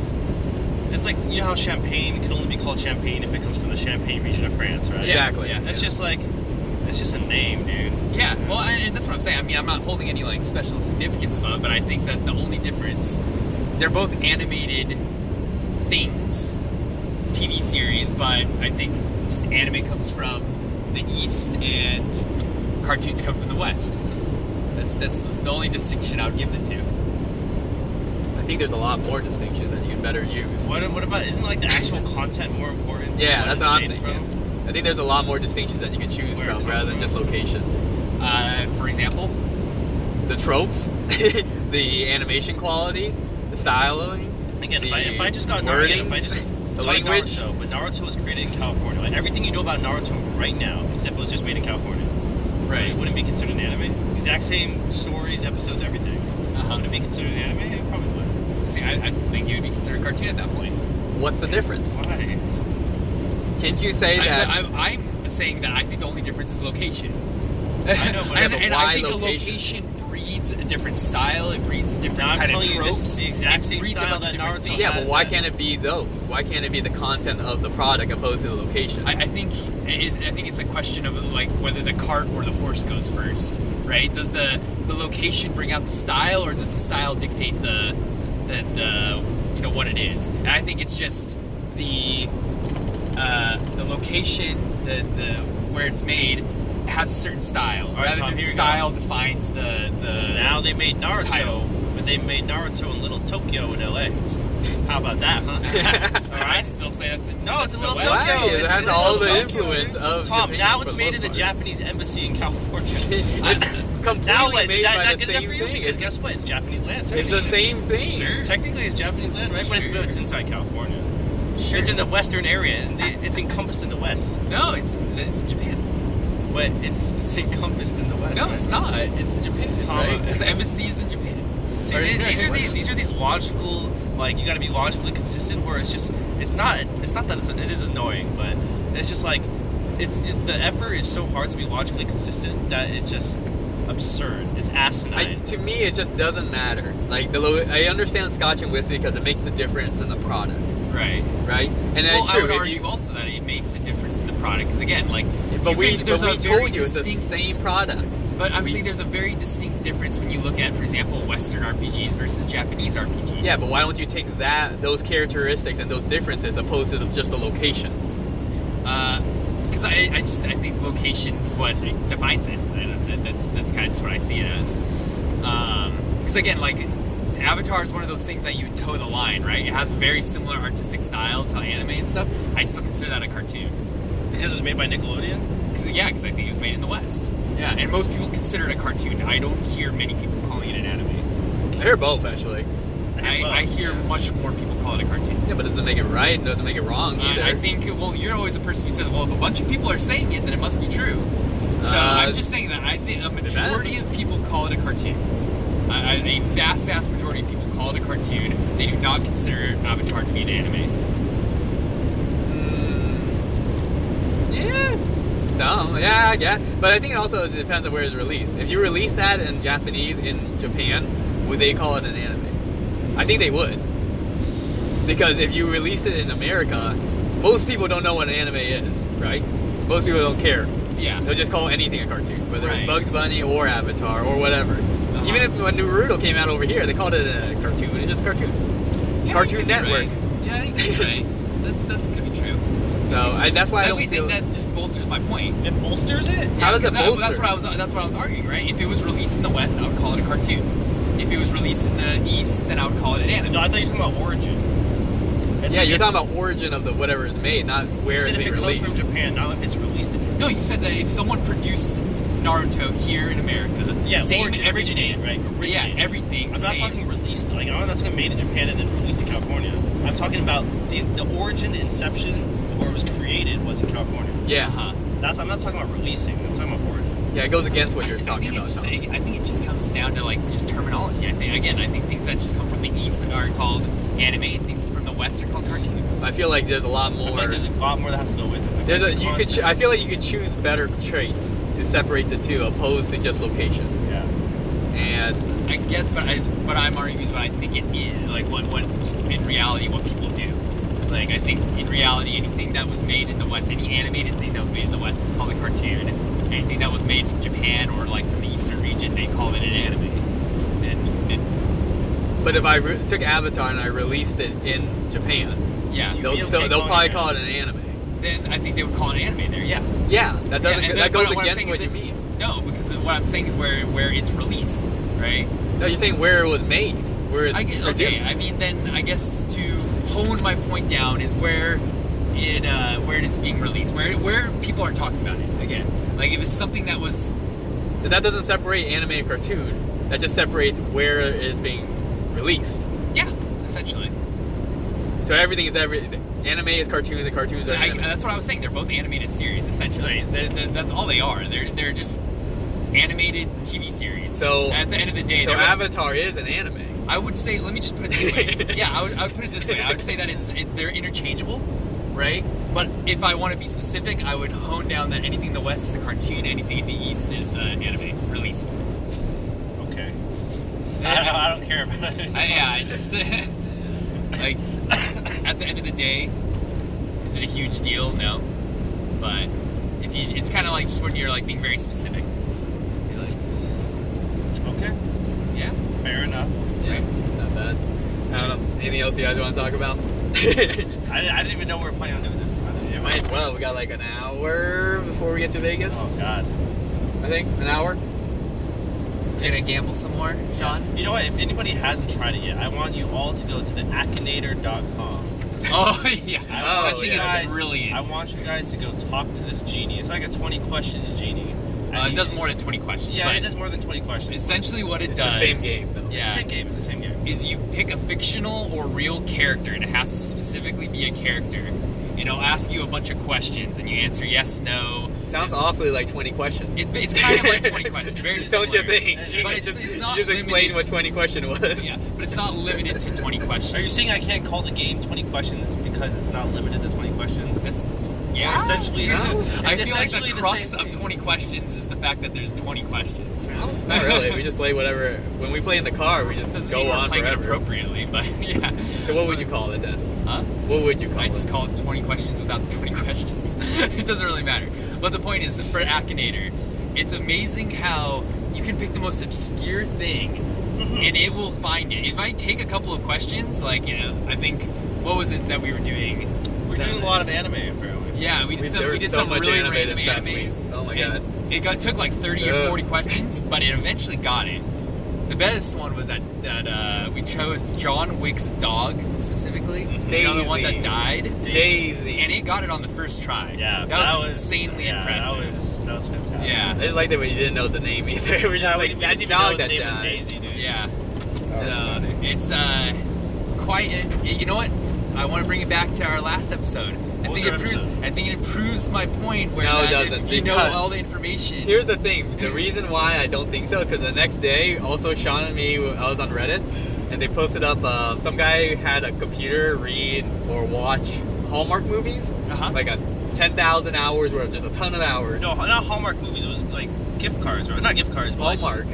[SPEAKER 3] It's like you know how champagne can only be called champagne if it comes from the Champagne region of France, right?
[SPEAKER 1] Exactly.
[SPEAKER 2] Yeah.
[SPEAKER 3] That's just like, that's just a name, dude.
[SPEAKER 2] Yeah, well, and and that's what I'm saying. I mean, I'm not holding any like special significance above, but I think that the only difference, they're both animated things, TV series, but I think just anime comes from the East and cartoons come from the West. That's that's the only distinction I would give the two.
[SPEAKER 1] I think there's a lot more distinctions that you can better use.
[SPEAKER 3] What, what about isn't like the actual content more important? than
[SPEAKER 1] Yeah,
[SPEAKER 3] what
[SPEAKER 1] that's
[SPEAKER 3] it's
[SPEAKER 1] what I'm
[SPEAKER 3] made
[SPEAKER 1] thinking.
[SPEAKER 3] from?
[SPEAKER 1] I think there's a lot more distinctions that you can choose
[SPEAKER 3] Where it
[SPEAKER 1] from
[SPEAKER 3] comes
[SPEAKER 1] rather than
[SPEAKER 3] from.
[SPEAKER 1] just location.
[SPEAKER 2] Uh, for example,
[SPEAKER 1] The tropes, the animation quality, the styling.
[SPEAKER 3] Again, if I, if
[SPEAKER 1] the
[SPEAKER 3] I just got Naruto, again, if I
[SPEAKER 1] wordings,
[SPEAKER 3] just
[SPEAKER 1] the
[SPEAKER 3] got
[SPEAKER 1] language.
[SPEAKER 3] Naruto, but Naruto was created in California. Like everything you know about Naruto right now, except it was just made in California. It
[SPEAKER 2] right?
[SPEAKER 3] wouldn't be considered an anime. Exact same stories, episodes, everything.
[SPEAKER 2] Uh-huh.
[SPEAKER 3] Would it be considered an anime? It probably would.
[SPEAKER 2] See, I, I think it would be considered cartoon at that point.
[SPEAKER 1] What's the difference?
[SPEAKER 3] Why?
[SPEAKER 1] Can't you say
[SPEAKER 2] I'm,
[SPEAKER 1] that?
[SPEAKER 2] I'm, I'm saying that I think the only difference is location.
[SPEAKER 3] I know, but-
[SPEAKER 2] and,
[SPEAKER 1] Yeah, but
[SPEAKER 2] and
[SPEAKER 1] why
[SPEAKER 2] I think
[SPEAKER 1] location?
[SPEAKER 2] a location breeds a different style. It breeds different
[SPEAKER 3] Now I'm
[SPEAKER 2] kind
[SPEAKER 3] telling
[SPEAKER 2] of
[SPEAKER 3] you,
[SPEAKER 2] tropes.
[SPEAKER 3] this is the exact
[SPEAKER 2] it
[SPEAKER 3] same
[SPEAKER 2] breeds a
[SPEAKER 3] style
[SPEAKER 2] bunch of
[SPEAKER 3] that
[SPEAKER 2] different
[SPEAKER 3] Naruto
[SPEAKER 2] things.
[SPEAKER 1] yeah, but
[SPEAKER 3] has
[SPEAKER 1] why
[SPEAKER 3] that.
[SPEAKER 1] can't it be those? Why can't it be the content of the product opposed to the location?
[SPEAKER 2] I, I think it, I think it's a question of like whether the cart or the horse goes first, right? Does the the location bring out the style, or does the style dictate the the, the you know what it is? And I think it's just the uh, the location, the the where it's made has a certain style.
[SPEAKER 3] right,
[SPEAKER 2] rather
[SPEAKER 3] Tom,
[SPEAKER 2] than the
[SPEAKER 3] here you go.
[SPEAKER 2] style defines the the
[SPEAKER 3] Now they made Naruto,
[SPEAKER 2] Title.
[SPEAKER 3] but they made Naruto in Little Tokyo in LA. How about that, huh?
[SPEAKER 2] I still- I still say that's in,
[SPEAKER 3] No, it's in Little
[SPEAKER 2] the
[SPEAKER 1] Wow,
[SPEAKER 2] West.
[SPEAKER 3] Tokyo.
[SPEAKER 1] it
[SPEAKER 3] It's
[SPEAKER 1] has
[SPEAKER 3] Little
[SPEAKER 1] all the
[SPEAKER 3] Tokyo.
[SPEAKER 1] influence of
[SPEAKER 3] Tom,
[SPEAKER 1] Japan
[SPEAKER 3] now
[SPEAKER 1] for
[SPEAKER 3] it's
[SPEAKER 1] the
[SPEAKER 3] made
[SPEAKER 1] most
[SPEAKER 3] in the
[SPEAKER 1] part.
[SPEAKER 3] Japanese embassy in California.
[SPEAKER 1] it's completely
[SPEAKER 3] now what?
[SPEAKER 1] made
[SPEAKER 3] Is that,
[SPEAKER 1] by
[SPEAKER 3] that
[SPEAKER 1] the
[SPEAKER 3] good enough
[SPEAKER 1] same
[SPEAKER 3] for you?
[SPEAKER 1] thing.
[SPEAKER 3] Because
[SPEAKER 1] It's,
[SPEAKER 3] guess what? It's Japanese land.
[SPEAKER 1] it's the
[SPEAKER 3] technically.
[SPEAKER 1] same thing.
[SPEAKER 2] Sure.
[SPEAKER 3] Technically, it's Japanese land, right? But, it- but it's
[SPEAKER 2] Sure.
[SPEAKER 3] inside California.
[SPEAKER 2] Sure.
[SPEAKER 3] It's in the western area. And they- it's encompassed in the west,
[SPEAKER 2] no, it's it's Japan.
[SPEAKER 3] but it's it's encompassed in the west.
[SPEAKER 2] No,
[SPEAKER 3] right?
[SPEAKER 2] it's not. It's in Japan.
[SPEAKER 3] Tom,
[SPEAKER 2] right?
[SPEAKER 3] uh,
[SPEAKER 2] The embassy is in Japan.
[SPEAKER 3] See,
[SPEAKER 2] Or-
[SPEAKER 3] the- these are the, these are these logical, like you got to be logically consistent. Where it's just, it's not, it's not that it's, it is annoying, but it's just like, it's it, the effort is so hard to be logically consistent that it's just absurd. It's
[SPEAKER 1] I,
[SPEAKER 3] asinine.
[SPEAKER 1] to me, it just doesn't matter. Like the lo- I understand Scotch and whiskey because it makes a difference in the product,
[SPEAKER 2] right.
[SPEAKER 1] right? And then
[SPEAKER 2] Well,
[SPEAKER 1] true,
[SPEAKER 2] I would
[SPEAKER 1] if
[SPEAKER 2] argue
[SPEAKER 1] you,
[SPEAKER 2] also that it makes a difference in the product because again, like,
[SPEAKER 1] but
[SPEAKER 2] you
[SPEAKER 1] we
[SPEAKER 2] can-
[SPEAKER 1] but
[SPEAKER 2] there's
[SPEAKER 1] we
[SPEAKER 2] a very
[SPEAKER 1] told you it's the
[SPEAKER 2] distinct,
[SPEAKER 1] same product.
[SPEAKER 2] But I'm
[SPEAKER 1] we-
[SPEAKER 2] saying there's a very distinct difference when you look at, for example, Western RPGs versus Japanese RPGs.
[SPEAKER 1] Yeah, but why don't you take that those characteristics and those differences opposed to the, just the location?
[SPEAKER 2] because Uh, I, I just I think location's what defines it. I don't- that- That's that's kind of just what I see it as. Because again, like Avatar is one of those things that you toe the line, right? It has a very similar artistic style to anime and stuff. I still consider that a cartoon.
[SPEAKER 3] because it was made by Nickelodeon.
[SPEAKER 2] Because yeah, because I think it was made in the West. Yeah, and most people consider it a cartoon. I don't hear many people calling it an anime.
[SPEAKER 1] They're both actually.
[SPEAKER 2] I,
[SPEAKER 3] both,
[SPEAKER 2] I hear much more people call it a cartoon.
[SPEAKER 1] Yeah, but doesn't make it right and doesn't make it wrong
[SPEAKER 2] And
[SPEAKER 1] either.
[SPEAKER 2] I think, well, you're always a person who says, well, if a bunch of people are saying it, then it must be true. So
[SPEAKER 1] Uh,
[SPEAKER 2] I'm just saying that I think a majority of people call it a cartoon. I, I, a vast, vast majority of people call it a cartoon. They do not consider Avatar to be an anime.
[SPEAKER 1] Mm, yeah. Some, yeah, yeah. But I think it also depends on where it's released. If you release that in Japanese in Japan, would they call it an anime? I think they would. Because if you release it in America, most people don't know what an anime is, right? Most people don't care.
[SPEAKER 2] Yeah.
[SPEAKER 1] They'll just call anything a cartoon, whether
[SPEAKER 2] Right. Uh-huh.
[SPEAKER 1] it's Bugs Bunny or Avatar or whatever. Even if when Naruto came out over here, they called it a cartoon. It's just cartoon.
[SPEAKER 2] Yeah,
[SPEAKER 1] Cartoon
[SPEAKER 2] you could be
[SPEAKER 1] Network.
[SPEAKER 2] right. Yeah, I think you're right. That's that's could be true.
[SPEAKER 1] So I, that's why I
[SPEAKER 2] That
[SPEAKER 1] don't
[SPEAKER 2] we
[SPEAKER 1] feel.
[SPEAKER 2] think that just bolsters my point.
[SPEAKER 3] It bolsters it.
[SPEAKER 1] How does
[SPEAKER 2] 'cause
[SPEAKER 1] it
[SPEAKER 2] that- well, That's
[SPEAKER 1] bolster?
[SPEAKER 2] what I was. That's what I was arguing, right? If it was released in the West, I would call it a cartoon. If it was released in the East, then I would call it an anime.
[SPEAKER 3] No, I thought you were talking about origin. That's
[SPEAKER 1] yeah,
[SPEAKER 3] like
[SPEAKER 1] you're
[SPEAKER 3] if-
[SPEAKER 1] talking about origin of the whatever is made, not
[SPEAKER 3] you
[SPEAKER 1] where
[SPEAKER 3] said
[SPEAKER 1] it's
[SPEAKER 3] if
[SPEAKER 1] being
[SPEAKER 3] it comes
[SPEAKER 1] released.
[SPEAKER 3] from Japan, not if it's released in Japan.
[SPEAKER 2] No, you said that if someone produced Naruto here in America,
[SPEAKER 3] Yeah,
[SPEAKER 2] same
[SPEAKER 3] origin,
[SPEAKER 2] everything,
[SPEAKER 3] originated, right? Originated.
[SPEAKER 2] Yeah, everything.
[SPEAKER 3] I'm not
[SPEAKER 2] same.
[SPEAKER 3] talking released. Like I'm not talking made in Japan and then released in California. I'm talking about the, the origin, the inception, of where it was created was in California.
[SPEAKER 1] Yeah,
[SPEAKER 2] Uh-huh.
[SPEAKER 3] That's I'm not talking about releasing. I'm talking about origin.
[SPEAKER 1] yeah, it goes against what
[SPEAKER 2] I,
[SPEAKER 1] you're
[SPEAKER 2] I
[SPEAKER 1] talking
[SPEAKER 2] think
[SPEAKER 1] about.
[SPEAKER 2] it's just,
[SPEAKER 1] Tom.
[SPEAKER 2] I, I think it just comes down to like just terminology. I think again, I think things that just come from the East are called anime, and things from the West are called cartoons.
[SPEAKER 1] I feel like there's a lot
[SPEAKER 3] I
[SPEAKER 1] more.
[SPEAKER 3] feel like there's a lot more that has to go with it. I feel
[SPEAKER 1] there's a
[SPEAKER 3] like the
[SPEAKER 1] you could. Ch- I
[SPEAKER 3] concept-
[SPEAKER 1] feel like you could choose better traits to separate the two, opposed to just location.
[SPEAKER 3] yeah.
[SPEAKER 1] And
[SPEAKER 2] I guess, but I but I'm arguing what I think it is, like what what just in reality what people do. Like I think in reality, anything that was made in the West, any animated thing that was made in the West is called a cartoon. Anything that was made from Japan or like from the Eastern region, they call it an anime. And it,
[SPEAKER 1] But if I re- took Avatar and I released it in Japan,
[SPEAKER 2] yeah,
[SPEAKER 1] they'll
[SPEAKER 3] be okay
[SPEAKER 1] still, they'll
[SPEAKER 3] calling
[SPEAKER 1] probably
[SPEAKER 3] it
[SPEAKER 1] call it an anime.
[SPEAKER 2] then I think they would call it an anime there. Yeah.
[SPEAKER 1] Yeah, that doesn't
[SPEAKER 2] Yeah, and
[SPEAKER 1] that
[SPEAKER 2] then-
[SPEAKER 1] goes
[SPEAKER 2] but I'm
[SPEAKER 1] against
[SPEAKER 2] saying
[SPEAKER 1] what
[SPEAKER 2] is
[SPEAKER 1] you
[SPEAKER 2] that-
[SPEAKER 1] mean.
[SPEAKER 2] No, because the, what I'm saying is where where it's released, right?
[SPEAKER 1] No, you're saying where it was made, where it's
[SPEAKER 2] I guess, okay,
[SPEAKER 1] produced.
[SPEAKER 2] I mean, then I guess to hone my point down is where it uh, where it is being released, where where people are talking about it again. Like if it's something that was
[SPEAKER 1] that doesn't separate anime and cartoon. That just separates where it is being released.
[SPEAKER 2] yeah, essentially.
[SPEAKER 1] So everything is every anime is cartoons and cartoons are
[SPEAKER 2] I,
[SPEAKER 1] anime.
[SPEAKER 2] that's what I was saying. They're both animated series, essentially. They're, they're, that's all they are. They're they're just animated TV series.
[SPEAKER 1] So-
[SPEAKER 2] at the end of the day,
[SPEAKER 1] so
[SPEAKER 2] they're both-
[SPEAKER 1] Avatar is an anime.
[SPEAKER 2] I would say, let me just put it this way. yeah, I would, I would put it this way. I would say that it's, it's they're interchangeable, right? But if I want to be specific, I would hone down that anything in the West is a cartoon, anything in the East is uh, anime release wise.
[SPEAKER 3] Okay. I, don't, I don't care about it.
[SPEAKER 2] I, yeah, I just like at the end of the day, is it a huge deal? No, but if you, it's kind of like just when you're like being very specific. You're like,
[SPEAKER 3] Okay.
[SPEAKER 2] yeah,
[SPEAKER 3] Fair enough.
[SPEAKER 1] Yeah, it's not bad. I don't know. Anything else you guys want to talk about? Might
[SPEAKER 3] I, I didn't even know we were planning on doing this. I didn't even-
[SPEAKER 1] as well. We got like an hour before we get to Vegas.
[SPEAKER 3] Oh God.
[SPEAKER 1] I think an hour.
[SPEAKER 2] you're gonna gamble some more, Sean?
[SPEAKER 3] You know what? If anybody hasn't tried it yet, I want you all to go to the Akinator.com.
[SPEAKER 2] Oh yeah,
[SPEAKER 1] Oh,
[SPEAKER 2] I think
[SPEAKER 1] yeah.
[SPEAKER 2] it's brilliant.
[SPEAKER 3] I want you guys to go talk to this genie. It's like a 20 questions genie.
[SPEAKER 2] Uh,
[SPEAKER 3] And
[SPEAKER 2] it
[SPEAKER 3] you-
[SPEAKER 2] does more than 20 questions.
[SPEAKER 3] Yeah,
[SPEAKER 2] but
[SPEAKER 3] it does more than 20 questions.
[SPEAKER 2] Essentially, what it
[SPEAKER 1] It's the
[SPEAKER 2] does.
[SPEAKER 1] same game, though.
[SPEAKER 3] It's the
[SPEAKER 2] Yeah.
[SPEAKER 3] same game. It's the same game.
[SPEAKER 2] Is you pick a fictional or real character, and it has to specifically be a character. And it'll ask you a bunch of questions, and you answer yes, no.
[SPEAKER 1] Sounds
[SPEAKER 2] It's-
[SPEAKER 1] awfully like 20 questions.
[SPEAKER 2] It's, it's kind of like 20 questions. Very
[SPEAKER 1] Don't you
[SPEAKER 2] similar.
[SPEAKER 1] think?
[SPEAKER 3] But
[SPEAKER 1] You
[SPEAKER 2] it's-
[SPEAKER 1] just,
[SPEAKER 2] it's not
[SPEAKER 1] you just explained
[SPEAKER 2] limited
[SPEAKER 1] what
[SPEAKER 2] to-
[SPEAKER 1] 20 question was.
[SPEAKER 2] Yeah, but it's not limited to 20 questions.
[SPEAKER 3] Are you saying I can't call the game 20 questions because it's not limited to 20 questions?
[SPEAKER 2] That's, yeah.
[SPEAKER 3] essentially,
[SPEAKER 1] it's-
[SPEAKER 2] No.
[SPEAKER 1] it's
[SPEAKER 2] I feel like
[SPEAKER 3] essentially
[SPEAKER 2] the
[SPEAKER 3] the
[SPEAKER 2] crux
[SPEAKER 3] same
[SPEAKER 2] of
[SPEAKER 3] thing.
[SPEAKER 2] 20 questions is the fact that there's 20 questions.
[SPEAKER 1] Not really. We just play whatever. When we play in the car, we just
[SPEAKER 2] Doesn't
[SPEAKER 1] go
[SPEAKER 2] mean we're
[SPEAKER 1] on
[SPEAKER 2] playing it
[SPEAKER 1] forever.
[SPEAKER 2] appropriately, but yeah.
[SPEAKER 1] So what would you call it then?
[SPEAKER 2] Huh?
[SPEAKER 1] What would you call
[SPEAKER 2] I
[SPEAKER 1] it?
[SPEAKER 2] just call it 20 questions without 20 questions. it doesn't really matter. But the point is that for Akinator, it's amazing how you can pick the most obscure thing and it will find it. It might take a couple of questions, like, you know, I think, what was it that we were doing?
[SPEAKER 3] We're doing a lot of anime, apparently.
[SPEAKER 2] Yeah, we did
[SPEAKER 1] We-
[SPEAKER 2] some.
[SPEAKER 1] there
[SPEAKER 2] We
[SPEAKER 1] was
[SPEAKER 2] did
[SPEAKER 1] so
[SPEAKER 2] some
[SPEAKER 1] much
[SPEAKER 2] really
[SPEAKER 1] anime
[SPEAKER 2] random
[SPEAKER 1] this past
[SPEAKER 2] animes.
[SPEAKER 1] week. Oh my
[SPEAKER 2] and It got took like thirty or
[SPEAKER 1] Ugh.
[SPEAKER 2] forty questions, but it eventually got it. The best one was that that uh, we chose John Wick's dog specifically. You know, the one
[SPEAKER 1] Mm-hmm. Daisy.
[SPEAKER 2] that died.
[SPEAKER 1] Daisy.
[SPEAKER 2] And it got it on the first try.
[SPEAKER 3] Yeah,
[SPEAKER 2] that, was, insanely
[SPEAKER 3] yeah,
[SPEAKER 2] impressive.
[SPEAKER 3] That was, that was fantastic.
[SPEAKER 1] I
[SPEAKER 2] yeah,
[SPEAKER 1] just liked it when you didn't know the name either. We're just
[SPEAKER 3] Yeah, we
[SPEAKER 1] like,
[SPEAKER 3] didn't
[SPEAKER 1] that
[SPEAKER 3] even know
[SPEAKER 1] dog
[SPEAKER 3] his
[SPEAKER 1] that
[SPEAKER 3] name was
[SPEAKER 1] died.
[SPEAKER 3] Daisy, dude.
[SPEAKER 2] yeah.
[SPEAKER 1] was
[SPEAKER 2] So
[SPEAKER 1] funny.
[SPEAKER 2] it's uh, quite. It, you know what? I want to bring it back to our last episode. I
[SPEAKER 3] What was
[SPEAKER 2] think it
[SPEAKER 3] our
[SPEAKER 2] proves.
[SPEAKER 3] episode?
[SPEAKER 2] I think it proves my point where
[SPEAKER 1] No, it
[SPEAKER 2] that if
[SPEAKER 1] doesn't,
[SPEAKER 2] you know
[SPEAKER 1] because-
[SPEAKER 2] all the information.
[SPEAKER 1] Here's the thing. The reason why I don't think so is because the next day, also Sean and me, I was on Reddit, and they posted up um, some guy had a computer read or watch Hallmark movies,
[SPEAKER 2] Uh-huh.
[SPEAKER 1] like a ten thousand hours worth, just a ton of hours.
[SPEAKER 3] No, not Hallmark movies. It was like gift cards, or not gift cards, but like
[SPEAKER 1] Hallmark.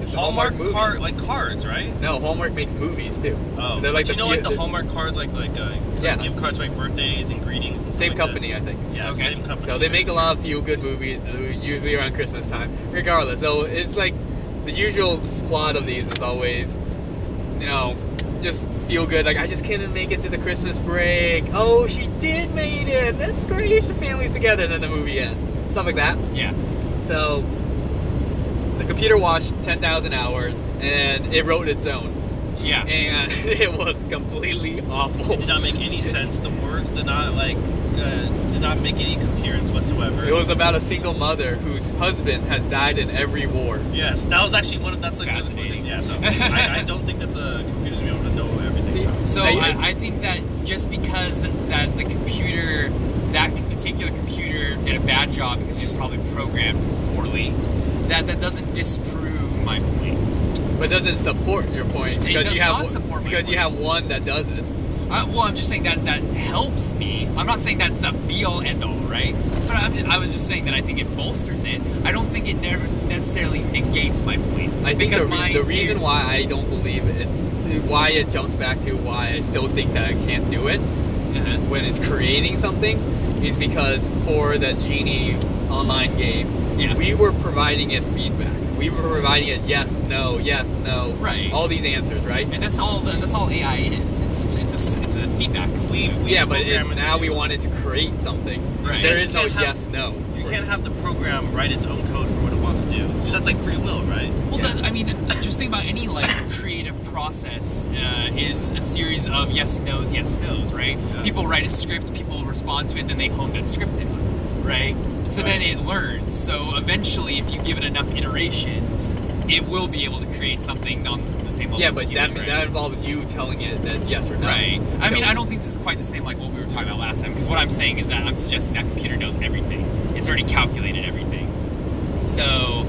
[SPEAKER 1] It's the
[SPEAKER 3] Hallmark,
[SPEAKER 1] movies.
[SPEAKER 3] card, like cards, right?
[SPEAKER 1] No, Hallmark makes movies too.
[SPEAKER 3] Oh,
[SPEAKER 1] They're like the
[SPEAKER 3] but you know,
[SPEAKER 1] few-
[SPEAKER 3] like the Hallmark cards, like like uh,
[SPEAKER 1] Yeah.
[SPEAKER 3] gift cards, for, like birthdays and greetings. And stuff
[SPEAKER 1] Same
[SPEAKER 3] like
[SPEAKER 1] company, I think.
[SPEAKER 3] That. Yeah,
[SPEAKER 2] Okay.
[SPEAKER 3] same company.
[SPEAKER 1] So they make a lot of feel good movies, uh, usually around Christmas time. Regardless, so it's like the usual plot of these is always, you know, just feel good. Like I just couldn't make it to the Christmas break. Oh, she did made it. That's great. The family's together, and then the movie ends. Stuff like that.
[SPEAKER 2] yeah.
[SPEAKER 1] So the computer watched 10,000 hours, and it wrote its own.
[SPEAKER 2] Yeah.
[SPEAKER 1] And it was completely awful.
[SPEAKER 3] It did not make any sense. The words did not like uh, did not make any coherence whatsoever.
[SPEAKER 1] It was about a single mother whose husband has died in every war.
[SPEAKER 3] yes, that was actually one of that's like one of the cool things.
[SPEAKER 2] Fascinating.
[SPEAKER 3] Yeah, so I, I don't think that the computer's gonna be able to know everything.
[SPEAKER 1] See,
[SPEAKER 2] So
[SPEAKER 1] Hey,
[SPEAKER 2] I, I think that just because that the computer, that particular computer did a bad job because it was probably programmed poorly, that that doesn't disprove my point.
[SPEAKER 1] But does it support your point?
[SPEAKER 2] It does
[SPEAKER 1] you have
[SPEAKER 2] not
[SPEAKER 1] one-
[SPEAKER 2] support my
[SPEAKER 1] because you have
[SPEAKER 2] point.
[SPEAKER 1] one that doesn't.
[SPEAKER 2] Uh, well, I'm just saying that that helps me. I'm not saying that's the be all end all, right? But I'm I was just saying that I think it bolsters it. I don't think it never necessarily negates my point.
[SPEAKER 1] I think
[SPEAKER 2] because
[SPEAKER 1] the, re-
[SPEAKER 2] my
[SPEAKER 1] the reason
[SPEAKER 2] theory-
[SPEAKER 1] why I don't believe it's why it jumps back to why I still think that I can't do it
[SPEAKER 2] Uh-huh.
[SPEAKER 1] when it's creating something is because for that Genie online game,
[SPEAKER 2] Yeah.
[SPEAKER 1] we were providing it feedback. We were providing it yes, no, yes, no,
[SPEAKER 2] Right.
[SPEAKER 1] All these answers, right?
[SPEAKER 2] And that's all. That's all AI is. It's it's a, it's a feedback.
[SPEAKER 3] We, we
[SPEAKER 1] yeah, but it,
[SPEAKER 3] program it to
[SPEAKER 1] now
[SPEAKER 3] do-
[SPEAKER 1] we wanted to create something.
[SPEAKER 2] Right.
[SPEAKER 1] There
[SPEAKER 3] You
[SPEAKER 1] is no
[SPEAKER 3] can't have-
[SPEAKER 1] yes, no.
[SPEAKER 3] You can't have the program write its own code for what it wants to do. 'Cause that's like free will, right?
[SPEAKER 2] Well, that, I mean, just think about any like creative process uh, is a series of yes nos, yes nos, right?
[SPEAKER 3] Yeah.
[SPEAKER 2] People write a script, people respond to it, then they hone that script down, right? So then
[SPEAKER 3] Right.
[SPEAKER 2] it learns. So eventually, if you give it enough iterations, it will be able to create something on the same level.
[SPEAKER 1] Yeah,
[SPEAKER 2] as a
[SPEAKER 1] but that
[SPEAKER 2] human, right?
[SPEAKER 1] that involves you telling it that's yes or no.
[SPEAKER 2] Right. I
[SPEAKER 1] So-
[SPEAKER 2] mean, I don't think this is quite the same like what we were talking about last time. Because what I'm saying is that I'm suggesting that computer knows everything. It's already calculated everything. So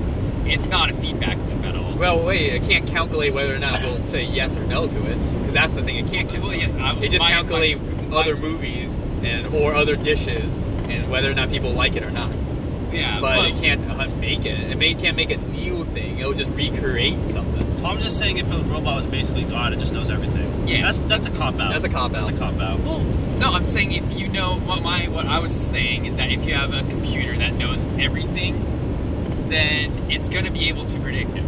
[SPEAKER 2] it's not a feedback loop at all.
[SPEAKER 1] Well, wait, it can't calculate whether or not we'll say yes or no to it, because that's the thing it can't
[SPEAKER 2] Well,
[SPEAKER 1] calculate.
[SPEAKER 2] yes, I-
[SPEAKER 1] it just
[SPEAKER 2] my-
[SPEAKER 1] calculate
[SPEAKER 2] my-
[SPEAKER 1] other movies and or other dishes and whether or not people like it or not.
[SPEAKER 2] yeah,
[SPEAKER 1] But, it can't uh, make it. It may, can't make a new thing. It'll just recreate something.
[SPEAKER 3] Tom's just saying if a robot was basically God, it just knows everything.
[SPEAKER 2] Yeah.
[SPEAKER 3] That's that's a cop out.
[SPEAKER 1] That's a cop out.
[SPEAKER 3] That's a cop out.
[SPEAKER 2] Well, no, I'm saying if you know what my what I was saying is that if you have a computer that knows everything, then it's gonna be able to predict everything.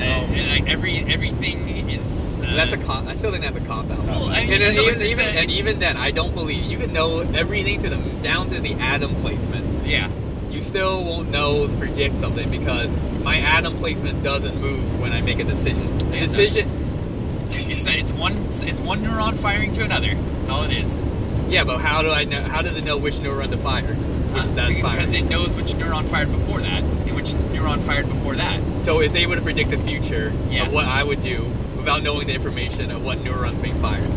[SPEAKER 2] And,
[SPEAKER 3] Oh.
[SPEAKER 2] and, like every everything is. Uh,
[SPEAKER 1] that's a cop. I still think that's a cop out.
[SPEAKER 2] Well, I mean,
[SPEAKER 1] and then
[SPEAKER 2] no,
[SPEAKER 1] even,
[SPEAKER 2] it's- it's
[SPEAKER 1] even-
[SPEAKER 2] a-
[SPEAKER 1] and
[SPEAKER 2] it's-
[SPEAKER 1] even then, I don't believe you can know everything to the down to the atom placement.
[SPEAKER 2] Yeah.
[SPEAKER 1] You still won't know to predict something because my atom placement doesn't move when I make a decision. The
[SPEAKER 2] Yeah, that's-
[SPEAKER 1] decision,
[SPEAKER 2] It's, it's one it's one neuron firing to another. That's all it is.
[SPEAKER 1] Yeah, but how do I know? How does it know which neuron to
[SPEAKER 3] Uh,
[SPEAKER 1] fire? Which that's
[SPEAKER 2] Uh, because
[SPEAKER 1] fired.
[SPEAKER 2] it knows which neuron fired before that and which neuron fired before that.
[SPEAKER 1] so it's able to predict the future
[SPEAKER 2] Yeah.
[SPEAKER 1] of what I would do without knowing the information of what neuron's being fired.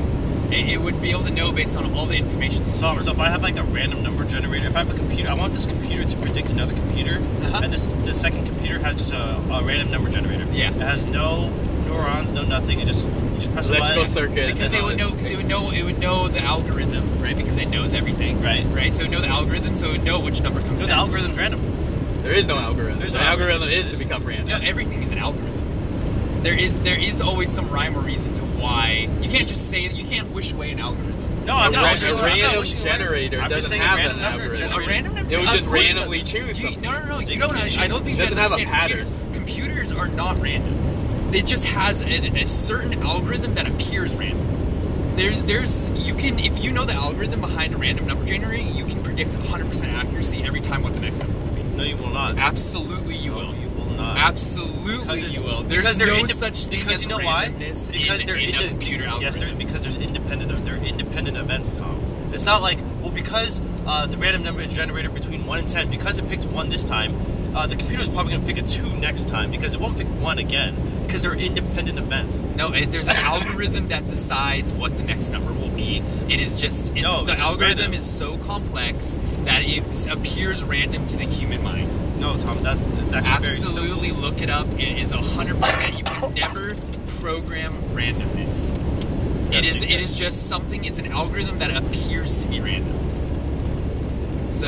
[SPEAKER 2] It, it would be able to know based on all the information.
[SPEAKER 3] So, so if I have like a random number generator, if I have a computer, I want this computer to predict another computer,
[SPEAKER 2] Uh-huh.
[SPEAKER 3] and this the second computer has just a, a random number generator.
[SPEAKER 2] Yeah.
[SPEAKER 3] It has no neurons, no nothing. It just you just press
[SPEAKER 1] Electrical
[SPEAKER 3] a button.
[SPEAKER 1] circuit.
[SPEAKER 2] Because
[SPEAKER 1] and
[SPEAKER 2] it
[SPEAKER 1] all
[SPEAKER 2] would
[SPEAKER 1] that.
[SPEAKER 2] know because it would know it would know the algorithm, right? Because it knows everything.
[SPEAKER 3] Right.
[SPEAKER 2] Right? So it would know the algorithm, so it would know which number comes
[SPEAKER 3] So the
[SPEAKER 2] next.
[SPEAKER 3] algorithm's random.
[SPEAKER 1] There is no algorithm.
[SPEAKER 3] There's
[SPEAKER 1] the
[SPEAKER 3] no algorithm.
[SPEAKER 1] algorithm
[SPEAKER 3] It's
[SPEAKER 1] is to
[SPEAKER 3] just-
[SPEAKER 1] become random.
[SPEAKER 2] No, everything is an algorithm. There is there is always some rhyme or reason to why you can't just say you can't wish away an algorithm.
[SPEAKER 3] No, I'm
[SPEAKER 1] a
[SPEAKER 3] not
[SPEAKER 1] ra-
[SPEAKER 3] wishing
[SPEAKER 1] a
[SPEAKER 3] away- I'm not
[SPEAKER 1] random
[SPEAKER 3] wishing away.
[SPEAKER 1] generator
[SPEAKER 3] I'm just
[SPEAKER 1] doesn't
[SPEAKER 3] saying a
[SPEAKER 1] have
[SPEAKER 3] random
[SPEAKER 1] an
[SPEAKER 3] number
[SPEAKER 1] algorithm.
[SPEAKER 2] A
[SPEAKER 3] generator.
[SPEAKER 2] random
[SPEAKER 1] It would
[SPEAKER 2] of
[SPEAKER 1] just
[SPEAKER 2] course it
[SPEAKER 1] randomly
[SPEAKER 2] doesn't.
[SPEAKER 1] choose
[SPEAKER 2] You-
[SPEAKER 1] something.
[SPEAKER 2] No, no, no. You
[SPEAKER 3] It
[SPEAKER 2] don't. I
[SPEAKER 3] chooses-
[SPEAKER 2] don't think
[SPEAKER 1] it doesn't
[SPEAKER 2] that's
[SPEAKER 1] have a
[SPEAKER 2] understand Computers. Computers are not random. It just has an, a certain algorithm that appears random. There's, there's, you can, if you know the algorithm behind a random number generator, you can predict 100% accuracy every time what the next number will be.
[SPEAKER 3] No, you will not.
[SPEAKER 2] Absolutely, you
[SPEAKER 3] No,
[SPEAKER 2] will.
[SPEAKER 3] You will not.
[SPEAKER 2] Absolutely,
[SPEAKER 3] it's-
[SPEAKER 2] you will. There's
[SPEAKER 3] because they're
[SPEAKER 2] no
[SPEAKER 3] inde-
[SPEAKER 2] such thing
[SPEAKER 3] because
[SPEAKER 2] as
[SPEAKER 3] you know why?
[SPEAKER 2] randomness
[SPEAKER 3] Because
[SPEAKER 2] in,
[SPEAKER 3] they're
[SPEAKER 2] in
[SPEAKER 3] inde-
[SPEAKER 2] a computer
[SPEAKER 3] Yes, they're,
[SPEAKER 2] algorithm.
[SPEAKER 3] because there's independent of they're independent events, Tom. It's not like well because uh, the random number generator between one and ten because it picked one this time, uh, the computer's probably gonna pick a two next time because it won't pick one again because they're independent events.
[SPEAKER 2] No, it, there's an algorithm that decides what the next number will be. It is just it's,
[SPEAKER 3] No,
[SPEAKER 2] the
[SPEAKER 3] it's just
[SPEAKER 2] algorithm
[SPEAKER 3] random.
[SPEAKER 2] is so complex that it s- appears random to the human mind.
[SPEAKER 3] No, Tom, that's it's actually very
[SPEAKER 2] Absolutely, look it up. It is hundred percent. You can never program randomness. It
[SPEAKER 3] Yes,
[SPEAKER 2] is.
[SPEAKER 3] you
[SPEAKER 2] It
[SPEAKER 3] can.
[SPEAKER 2] is just something. It's an algorithm that appears to be random. So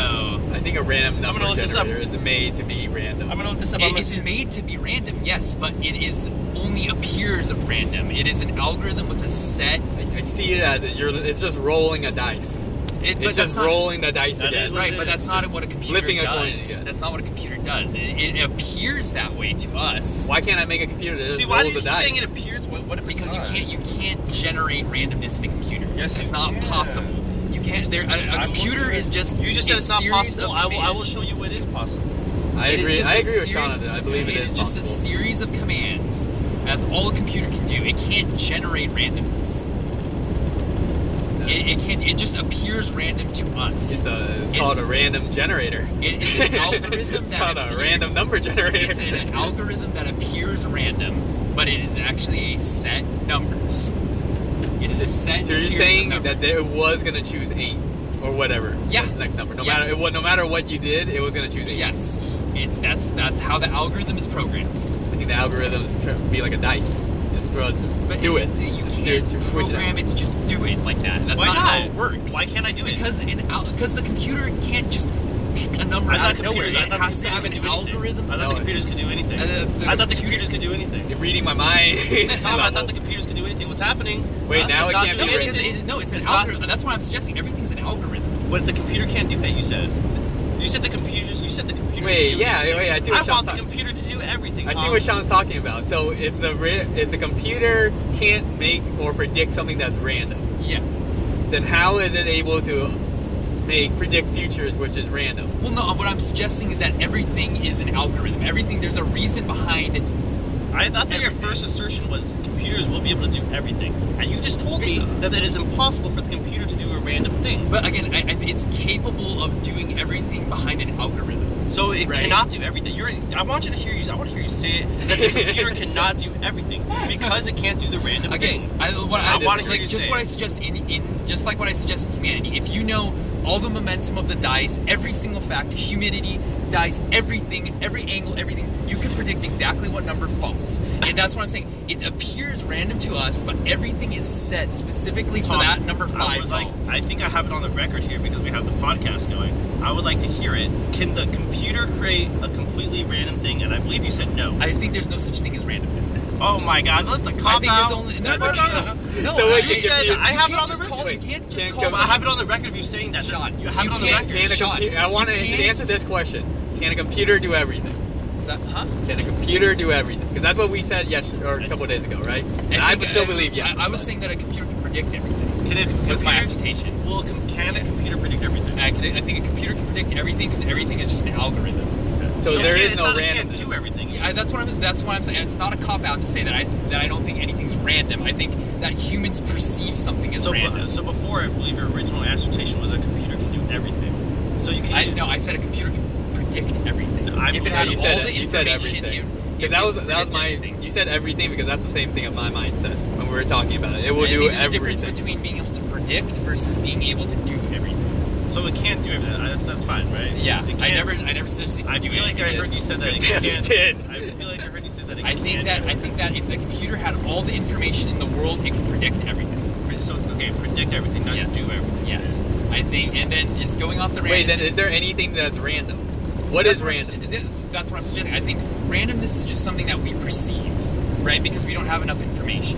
[SPEAKER 1] I think a random number
[SPEAKER 3] look this up.
[SPEAKER 1] generator is made to be random.
[SPEAKER 3] I'm gonna look this up. I'm
[SPEAKER 2] It-
[SPEAKER 3] gonna
[SPEAKER 2] it's
[SPEAKER 3] see-
[SPEAKER 2] made to be random, yes, but it is only appears random. It is an algorithm with a set.
[SPEAKER 1] I, I see it as you're, it's just rolling a dice.
[SPEAKER 2] It, but
[SPEAKER 1] It's
[SPEAKER 2] that's
[SPEAKER 1] just
[SPEAKER 2] not,
[SPEAKER 1] rolling the dice
[SPEAKER 3] That
[SPEAKER 1] again.
[SPEAKER 3] is
[SPEAKER 2] Right, but that's not what a computer
[SPEAKER 1] Flipping a coin,
[SPEAKER 2] does.
[SPEAKER 1] yeah.
[SPEAKER 2] That's not what a computer does. It, it appears that way to us
[SPEAKER 1] Why can't I make a computer that just
[SPEAKER 3] See, why do
[SPEAKER 1] rolls
[SPEAKER 3] you
[SPEAKER 1] the
[SPEAKER 3] keep
[SPEAKER 1] dice?
[SPEAKER 3] saying it appears? What, what if it's
[SPEAKER 2] because you
[SPEAKER 3] not?
[SPEAKER 2] can't you can't generate randomness in a computer.
[SPEAKER 3] Yes, you
[SPEAKER 2] it's not
[SPEAKER 3] can.
[SPEAKER 2] possible. You can't. There, a, a
[SPEAKER 3] I'm
[SPEAKER 2] computer
[SPEAKER 3] looking at-
[SPEAKER 2] is just.
[SPEAKER 3] You just
[SPEAKER 2] a
[SPEAKER 3] said it's not
[SPEAKER 2] series
[SPEAKER 3] possible.
[SPEAKER 2] of
[SPEAKER 3] I will, I will
[SPEAKER 2] commands.
[SPEAKER 3] show you it is possible.
[SPEAKER 1] I
[SPEAKER 2] It is
[SPEAKER 1] agree.
[SPEAKER 2] just
[SPEAKER 1] I
[SPEAKER 2] a
[SPEAKER 1] agree with
[SPEAKER 2] series-
[SPEAKER 1] Sean. on that. I believe
[SPEAKER 2] it is just
[SPEAKER 1] possible.
[SPEAKER 2] a series of commands. That's all a computer can do. It can't generate randomness. It, it can't. It just appears random to us.
[SPEAKER 1] It's, a, it's
[SPEAKER 2] It's-
[SPEAKER 1] called a random generator.
[SPEAKER 2] It is an algorithm
[SPEAKER 1] it's
[SPEAKER 2] that
[SPEAKER 1] called a
[SPEAKER 2] appears-
[SPEAKER 1] random number generator.
[SPEAKER 2] It's an algorithm that appears random, but it is actually a set numbers. It is a set.
[SPEAKER 1] so you're
[SPEAKER 2] series of
[SPEAKER 1] saying that
[SPEAKER 2] numbers.
[SPEAKER 1] it was gonna choose eight or whatever.
[SPEAKER 2] Yeah.
[SPEAKER 1] That's the next number. No
[SPEAKER 2] Yeah.
[SPEAKER 1] matter it, wa- no matter what you did, it was gonna choose eight.
[SPEAKER 2] Yes, it's that's that's how the algorithm is programmed.
[SPEAKER 1] I think the algorithms tr- be like a dice. Just throw, it, just
[SPEAKER 2] But
[SPEAKER 1] do it.
[SPEAKER 2] You
[SPEAKER 1] Just do it.
[SPEAKER 2] can't
[SPEAKER 1] Just push it
[SPEAKER 2] program
[SPEAKER 1] out.
[SPEAKER 2] it, to just do it like that. That's
[SPEAKER 3] Why
[SPEAKER 2] not,
[SPEAKER 3] not?
[SPEAKER 2] how it works.
[SPEAKER 3] Why can't I do it?
[SPEAKER 2] Because an because the computer can't just pick a number
[SPEAKER 3] I
[SPEAKER 2] out
[SPEAKER 3] thought
[SPEAKER 2] of nowhere.
[SPEAKER 3] computers.
[SPEAKER 2] It
[SPEAKER 3] I thought
[SPEAKER 2] has to have
[SPEAKER 3] computers
[SPEAKER 2] an
[SPEAKER 3] could do anything.
[SPEAKER 2] algorithm.
[SPEAKER 3] I thought
[SPEAKER 1] No,
[SPEAKER 3] the
[SPEAKER 1] it-
[SPEAKER 3] computers could do anything.
[SPEAKER 2] And the- the
[SPEAKER 3] I thought the computers could do anything.
[SPEAKER 1] You're reading my mind. It's
[SPEAKER 3] Tom, I
[SPEAKER 1] level.
[SPEAKER 3] thought the computers could do anything. What's happening?
[SPEAKER 1] Wait,
[SPEAKER 3] It's
[SPEAKER 1] now it
[SPEAKER 3] not- it's not
[SPEAKER 1] can't
[SPEAKER 2] no,
[SPEAKER 3] doing
[SPEAKER 1] be
[SPEAKER 2] because
[SPEAKER 3] anything.
[SPEAKER 2] it, no, it's an
[SPEAKER 3] It's not-
[SPEAKER 2] algorithm. That's what I'm suggesting. Everything's an algorithm.
[SPEAKER 3] But the computer can't do that. You said. You said the computers. You said the computers.
[SPEAKER 1] Wait,
[SPEAKER 3] could do
[SPEAKER 1] yeah,
[SPEAKER 3] Everything.
[SPEAKER 1] wait, I see what
[SPEAKER 3] I want
[SPEAKER 1] Sean's
[SPEAKER 3] the
[SPEAKER 1] talking-
[SPEAKER 3] computer to do everything.
[SPEAKER 1] I see
[SPEAKER 3] Tom.
[SPEAKER 1] what Sean's talking about. So if the ri- if the computer can't make or predict something that's random,
[SPEAKER 2] Yeah.
[SPEAKER 1] then how is it able to make predict futures which is random?
[SPEAKER 2] Well, no. What I'm suggesting is that everything is an algorithm. Everything. There's a reason behind it.
[SPEAKER 3] I thought that your first assertion was computers will be able to do everything, and you just told me that it is impossible for the computer to do a random thing.
[SPEAKER 2] But again, I, I, it's capable of doing everything behind an algorithm.
[SPEAKER 3] So it
[SPEAKER 1] Right.
[SPEAKER 3] cannot do everything. You're. I want you to hear you. I want to hear you say it that the computer cannot do everything because it can't do the random
[SPEAKER 2] Again,
[SPEAKER 3] thing.
[SPEAKER 2] I, what
[SPEAKER 3] I
[SPEAKER 2] I,
[SPEAKER 3] wanna
[SPEAKER 2] want
[SPEAKER 3] hear
[SPEAKER 2] like,
[SPEAKER 3] you
[SPEAKER 2] just
[SPEAKER 3] say
[SPEAKER 2] what
[SPEAKER 3] it.
[SPEAKER 2] I suggest in, in just like what I suggest in humanity. If you know all the momentum of the dice, every single fact, humidity, dice, everything, every angle, everything, you can predict exactly what number falls. And that's what I'm saying. It appears random to us, but everything is set specifically so
[SPEAKER 3] Tom,
[SPEAKER 2] that number
[SPEAKER 3] I
[SPEAKER 2] five
[SPEAKER 3] would like.
[SPEAKER 2] falls.
[SPEAKER 3] I think I have it on the record here because we have the podcast going. I would like to hear it. Can the computer create a completely random thing? And I believe you said no.
[SPEAKER 2] I think there's no such thing as randomness. Then.
[SPEAKER 3] oh my God! Let the
[SPEAKER 2] I
[SPEAKER 3] cop
[SPEAKER 2] think
[SPEAKER 3] out.
[SPEAKER 2] there's only no, no,
[SPEAKER 3] Let
[SPEAKER 2] no, no.
[SPEAKER 3] the-
[SPEAKER 2] no
[SPEAKER 1] So, like,
[SPEAKER 2] I-
[SPEAKER 3] You
[SPEAKER 1] Because
[SPEAKER 3] said
[SPEAKER 1] you-
[SPEAKER 3] I have it on the
[SPEAKER 2] just
[SPEAKER 3] record.
[SPEAKER 2] call, you
[SPEAKER 1] Wait,
[SPEAKER 2] can't just
[SPEAKER 1] can't
[SPEAKER 2] call
[SPEAKER 1] come
[SPEAKER 3] I
[SPEAKER 1] on.
[SPEAKER 2] someone-
[SPEAKER 3] have it on the record of you saying that.
[SPEAKER 2] Sean,
[SPEAKER 3] you have
[SPEAKER 2] you
[SPEAKER 3] it on the
[SPEAKER 2] can't
[SPEAKER 3] record.
[SPEAKER 1] Can a
[SPEAKER 2] Sean,
[SPEAKER 1] computer? I want to
[SPEAKER 2] you can't-
[SPEAKER 1] answer this question. Can a computer do everything?
[SPEAKER 2] So- huh?
[SPEAKER 1] Can a computer do everything? Because that's what we said yesterday or a couple days ago, right? And I,
[SPEAKER 2] think uh,
[SPEAKER 1] would still believe yes.
[SPEAKER 2] I, I was saying that a computer can predict everything.
[SPEAKER 3] Can a computer,
[SPEAKER 2] Was my assertion.
[SPEAKER 3] Well, com- can a computer predict everything?
[SPEAKER 2] I, can- I think a computer can predict everything because everything is just an algorithm.
[SPEAKER 1] so
[SPEAKER 3] it
[SPEAKER 1] there
[SPEAKER 3] can't-
[SPEAKER 1] is
[SPEAKER 3] it's
[SPEAKER 1] no
[SPEAKER 3] not, it can't
[SPEAKER 1] randomness.
[SPEAKER 3] do everything.
[SPEAKER 2] Yeah, I, that's what I'm. That's why I'm saying it's not a cop out to say that I that I don't think anything's random. I think that humans perceive something as
[SPEAKER 3] So,
[SPEAKER 2] random.
[SPEAKER 3] so before, I believe your original assertion was a computer can do everything. So you can.
[SPEAKER 2] I no, I said a computer can predict everything.
[SPEAKER 3] I
[SPEAKER 2] if it
[SPEAKER 3] believe
[SPEAKER 2] had
[SPEAKER 1] you
[SPEAKER 2] all
[SPEAKER 1] said
[SPEAKER 2] the
[SPEAKER 1] it- you said
[SPEAKER 2] information,
[SPEAKER 1] everything.
[SPEAKER 2] it-
[SPEAKER 1] Because
[SPEAKER 2] it
[SPEAKER 1] that
[SPEAKER 2] could
[SPEAKER 1] was that was
[SPEAKER 2] predict
[SPEAKER 1] my
[SPEAKER 2] everything.
[SPEAKER 1] you said everything because that's the same thing of my mindset when we were talking about it. It will
[SPEAKER 2] I think
[SPEAKER 1] do
[SPEAKER 2] there's a difference
[SPEAKER 1] everything.
[SPEAKER 2] between being able to predict versus being able to do everything.
[SPEAKER 3] so it can't do everything. Uh, That's that's fine, right?
[SPEAKER 2] Yeah,
[SPEAKER 3] It
[SPEAKER 2] I
[SPEAKER 3] can't-
[SPEAKER 2] never, I never suggested.
[SPEAKER 3] I
[SPEAKER 2] do
[SPEAKER 3] feel like I
[SPEAKER 2] anything.
[SPEAKER 3] heard you said that. It
[SPEAKER 1] Yes, you
[SPEAKER 3] can't-
[SPEAKER 1] did.
[SPEAKER 3] I feel like I heard you said that. It
[SPEAKER 2] I
[SPEAKER 3] can't
[SPEAKER 2] think that
[SPEAKER 3] do
[SPEAKER 2] I think that if the computer had all the information in the world, it could predict everything.
[SPEAKER 3] everything. So okay, predict everything, not
[SPEAKER 2] yes.
[SPEAKER 3] do everything.
[SPEAKER 2] Yes. I think, and then just going off the
[SPEAKER 1] Wait, then
[SPEAKER 2] randomness-
[SPEAKER 1] is there anything that's random? What
[SPEAKER 2] that's
[SPEAKER 1] is
[SPEAKER 2] I'm
[SPEAKER 1] random?
[SPEAKER 2] sugge- th- that's what I'm suggesting. I think randomness is just something that we perceive, right? Because we don't have enough information.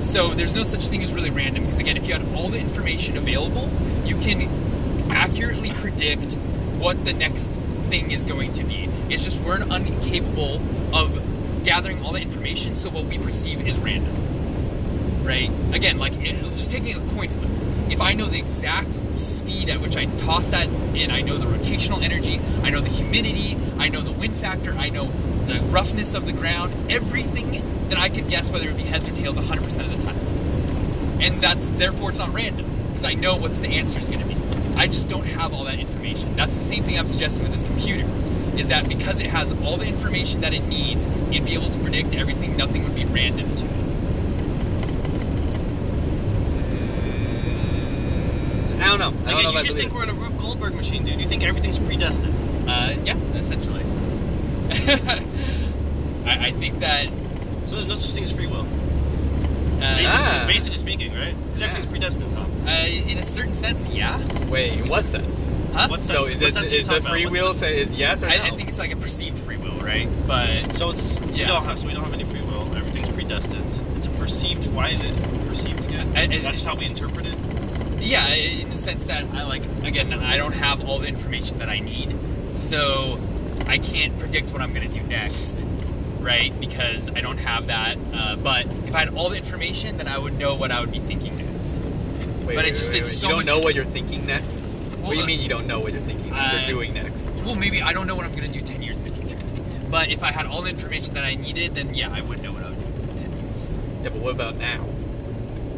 [SPEAKER 2] So there's no such thing as really random. Because again, if you had all the information available, you can accurately predict what the next thing is going to be. It's just we're incapable of gathering all the information, so what we perceive is random right? Again, like it, just taking a coin flip. If I know the exact speed at which I toss that in, I know the rotational energy, I know the humidity, I know the wind factor, I know the roughness of the ground, everything that I could guess whether it would be heads or tails 100% of the time. And that's therefore it's not random because I know what's the answer is going to be. I just don't have all that information. That's the same thing I'm suggesting with this computer is that because it has all the information that it needs, it'd be able to predict everything, nothing would be random to it.
[SPEAKER 1] I don't know. I don't know.
[SPEAKER 3] Again,
[SPEAKER 1] if I
[SPEAKER 3] you just
[SPEAKER 1] believe
[SPEAKER 3] think
[SPEAKER 1] it.
[SPEAKER 3] we're in a Rube Goldberg machine, dude. You think everything's predestined.
[SPEAKER 2] Uh, yeah, essentially. I, I think that
[SPEAKER 3] So there's no such thing as free will. Basically,
[SPEAKER 1] Ah.
[SPEAKER 2] uh,
[SPEAKER 3] basically speaking, right? Because
[SPEAKER 1] Yeah.
[SPEAKER 3] everything's predestined, Tom.
[SPEAKER 2] uh, in a certain sense, yeah.
[SPEAKER 1] Wait, in what sense?
[SPEAKER 2] Huh?
[SPEAKER 3] What sense?
[SPEAKER 1] So is
[SPEAKER 3] what
[SPEAKER 1] it
[SPEAKER 3] sense are you
[SPEAKER 1] is
[SPEAKER 3] talking
[SPEAKER 1] the
[SPEAKER 3] about?
[SPEAKER 1] free
[SPEAKER 3] What's
[SPEAKER 1] will
[SPEAKER 3] the-
[SPEAKER 1] say is yes or no?
[SPEAKER 2] I, I think it's like a perceived free will, right? But
[SPEAKER 3] So it's we
[SPEAKER 2] Yeah.
[SPEAKER 3] don't have so we don't have any free will. Everything's predestined. It's a perceived. Why is it perceived again?
[SPEAKER 2] I- I-
[SPEAKER 3] That's just how we interpret it.
[SPEAKER 2] yeah, i- in the sense that I like again, I don't have all the information that I need, so I can't predict what I'm gonna do next, right? Because I don't have that. Uh, but if I had all the information, then I would know what I would be thinking next.
[SPEAKER 1] Wait,
[SPEAKER 2] but
[SPEAKER 1] wait,
[SPEAKER 2] it's just-
[SPEAKER 1] wait,
[SPEAKER 2] it's
[SPEAKER 1] wait.
[SPEAKER 2] so
[SPEAKER 1] you don't
[SPEAKER 2] much-
[SPEAKER 1] know what you're thinking next.
[SPEAKER 2] Well,
[SPEAKER 1] what do you
[SPEAKER 2] uh,
[SPEAKER 1] mean you don't know what you're thinking next
[SPEAKER 2] I-
[SPEAKER 1] or doing next?
[SPEAKER 2] Well, maybe I don't know what I'm gonna do ten years in the future. But if I had all the information that I needed, then yeah, I would know what I would do in ten years.
[SPEAKER 1] Yeah, but what about now?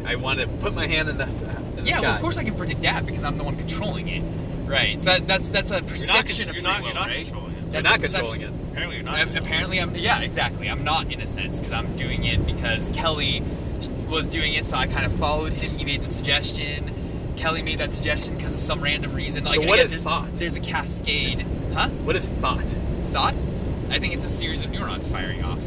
[SPEAKER 1] I want to put my hand in the, s- in the
[SPEAKER 2] Yeah,
[SPEAKER 1] sky.
[SPEAKER 2] well, of course I can predict that because I'm the one controlling it. Right. So that, that's that's a
[SPEAKER 3] You're not,
[SPEAKER 2] perception
[SPEAKER 3] contr-
[SPEAKER 2] of
[SPEAKER 3] you're
[SPEAKER 2] free
[SPEAKER 3] not,
[SPEAKER 2] will,
[SPEAKER 3] you're not
[SPEAKER 2] right?
[SPEAKER 3] controlling it.
[SPEAKER 1] You're
[SPEAKER 2] That's a
[SPEAKER 1] not controlling it.
[SPEAKER 2] perception.
[SPEAKER 3] Apparently, you're not.
[SPEAKER 2] I'm- apparently, I'm yeah, exactly. I'm not in a sense because I'm doing it because Kelly was doing it, so I kind of followed him. He made the suggestion. Kelly made that suggestion because of some random reason. Like
[SPEAKER 1] So what
[SPEAKER 2] again,
[SPEAKER 1] is
[SPEAKER 2] there's,
[SPEAKER 1] thought?
[SPEAKER 2] There's a cascade, huh?
[SPEAKER 1] What is thought?
[SPEAKER 2] Thought? I think it's a series of neurons firing off.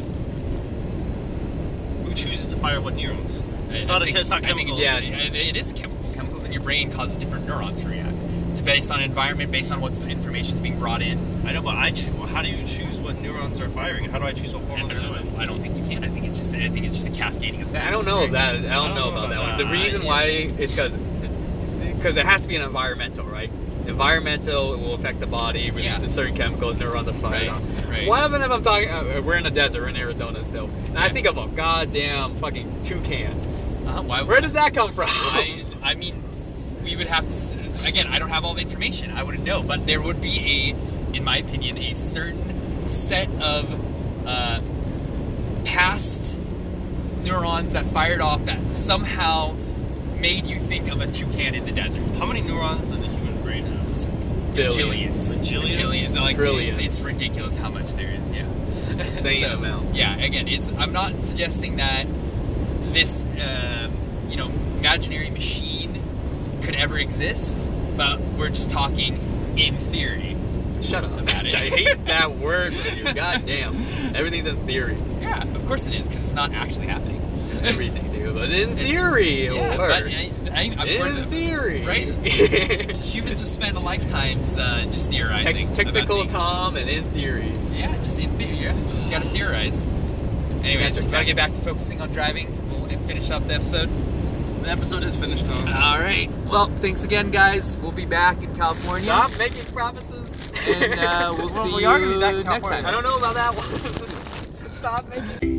[SPEAKER 3] Who chooses to fire what neurons?
[SPEAKER 2] I-
[SPEAKER 3] It's
[SPEAKER 2] I
[SPEAKER 3] not. a,
[SPEAKER 2] think-
[SPEAKER 3] it's not
[SPEAKER 2] I think
[SPEAKER 3] chemicals.
[SPEAKER 2] it's
[SPEAKER 1] Yeah.
[SPEAKER 2] just- it- it is chemical. Chemicals in your brain cause different neurons to react it's based on environment, based on what's information is being brought in.
[SPEAKER 3] I know, but I choo- how do you choose what neurons are firing? How do I choose what
[SPEAKER 2] I
[SPEAKER 3] hormones are doing?
[SPEAKER 2] don't, I don't think you can. I think it's just I think it's just a cascading effect.
[SPEAKER 1] I don't know that. I don't know about that one. The reason why is because because it has to be an environmental, right? Environmental it will affect the body, releases
[SPEAKER 2] Yeah.
[SPEAKER 1] certain chemicals, neurons are fired
[SPEAKER 2] Right,
[SPEAKER 1] off.
[SPEAKER 2] right.
[SPEAKER 1] What happened if I'm talking? Uh, we're in the desert, we're in Arizona still. And I think of a goddamn fucking toucan.
[SPEAKER 2] Uh, why
[SPEAKER 1] Where did that come from?
[SPEAKER 2] I, I mean, we would have to. s- Again, I don't have all the information. I wouldn't know, but there would be a, in my opinion, a certain set of uh, past neurons that fired off that somehow made you think of a toucan in the desert.
[SPEAKER 3] How many neurons does a human brain have?
[SPEAKER 1] Billions.
[SPEAKER 2] Jillions.
[SPEAKER 3] Bajillions?
[SPEAKER 2] Like,
[SPEAKER 1] Trillions.
[SPEAKER 2] It's, it's ridiculous how much there is, yeah.
[SPEAKER 1] Insane amount.
[SPEAKER 2] Yeah, again, it's I'm not suggesting that this, um, you know, imaginary machine could ever exist, but we're just talking in theory.
[SPEAKER 1] Shut up.
[SPEAKER 2] About it.
[SPEAKER 1] I hate that word for you. Goddamn. Everything's in theory.
[SPEAKER 2] Yeah, of course it is, because it's not actually happening.
[SPEAKER 1] Everything, dude. But in
[SPEAKER 2] It's-
[SPEAKER 1] theory, it
[SPEAKER 2] yeah,
[SPEAKER 1] will
[SPEAKER 2] but
[SPEAKER 1] work.
[SPEAKER 2] I, I, I'm
[SPEAKER 1] in
[SPEAKER 2] part of the-
[SPEAKER 1] theory.
[SPEAKER 2] Right? Humans have spent a lifetimes uh, just theorizing.
[SPEAKER 1] Tec-
[SPEAKER 2] about
[SPEAKER 1] technical
[SPEAKER 2] things.
[SPEAKER 1] Tom and in theories.
[SPEAKER 2] Yeah, just in theory. Yeah, you gotta theorize. Anyways,
[SPEAKER 1] Gotcha,
[SPEAKER 2] gotta
[SPEAKER 1] gotcha.
[SPEAKER 2] get back to focusing on driving. We'll finish up the episode.
[SPEAKER 3] The episode is finished, Tom.
[SPEAKER 2] All right. Well, thanks again, guys. We'll be back in California,
[SPEAKER 1] Stop making promises.
[SPEAKER 2] and uh, we'll
[SPEAKER 4] Well,
[SPEAKER 2] see
[SPEAKER 4] we are gonna be
[SPEAKER 2] you
[SPEAKER 4] back in
[SPEAKER 2] next
[SPEAKER 4] California.
[SPEAKER 2] time.
[SPEAKER 1] I don't know about that one. Stop making.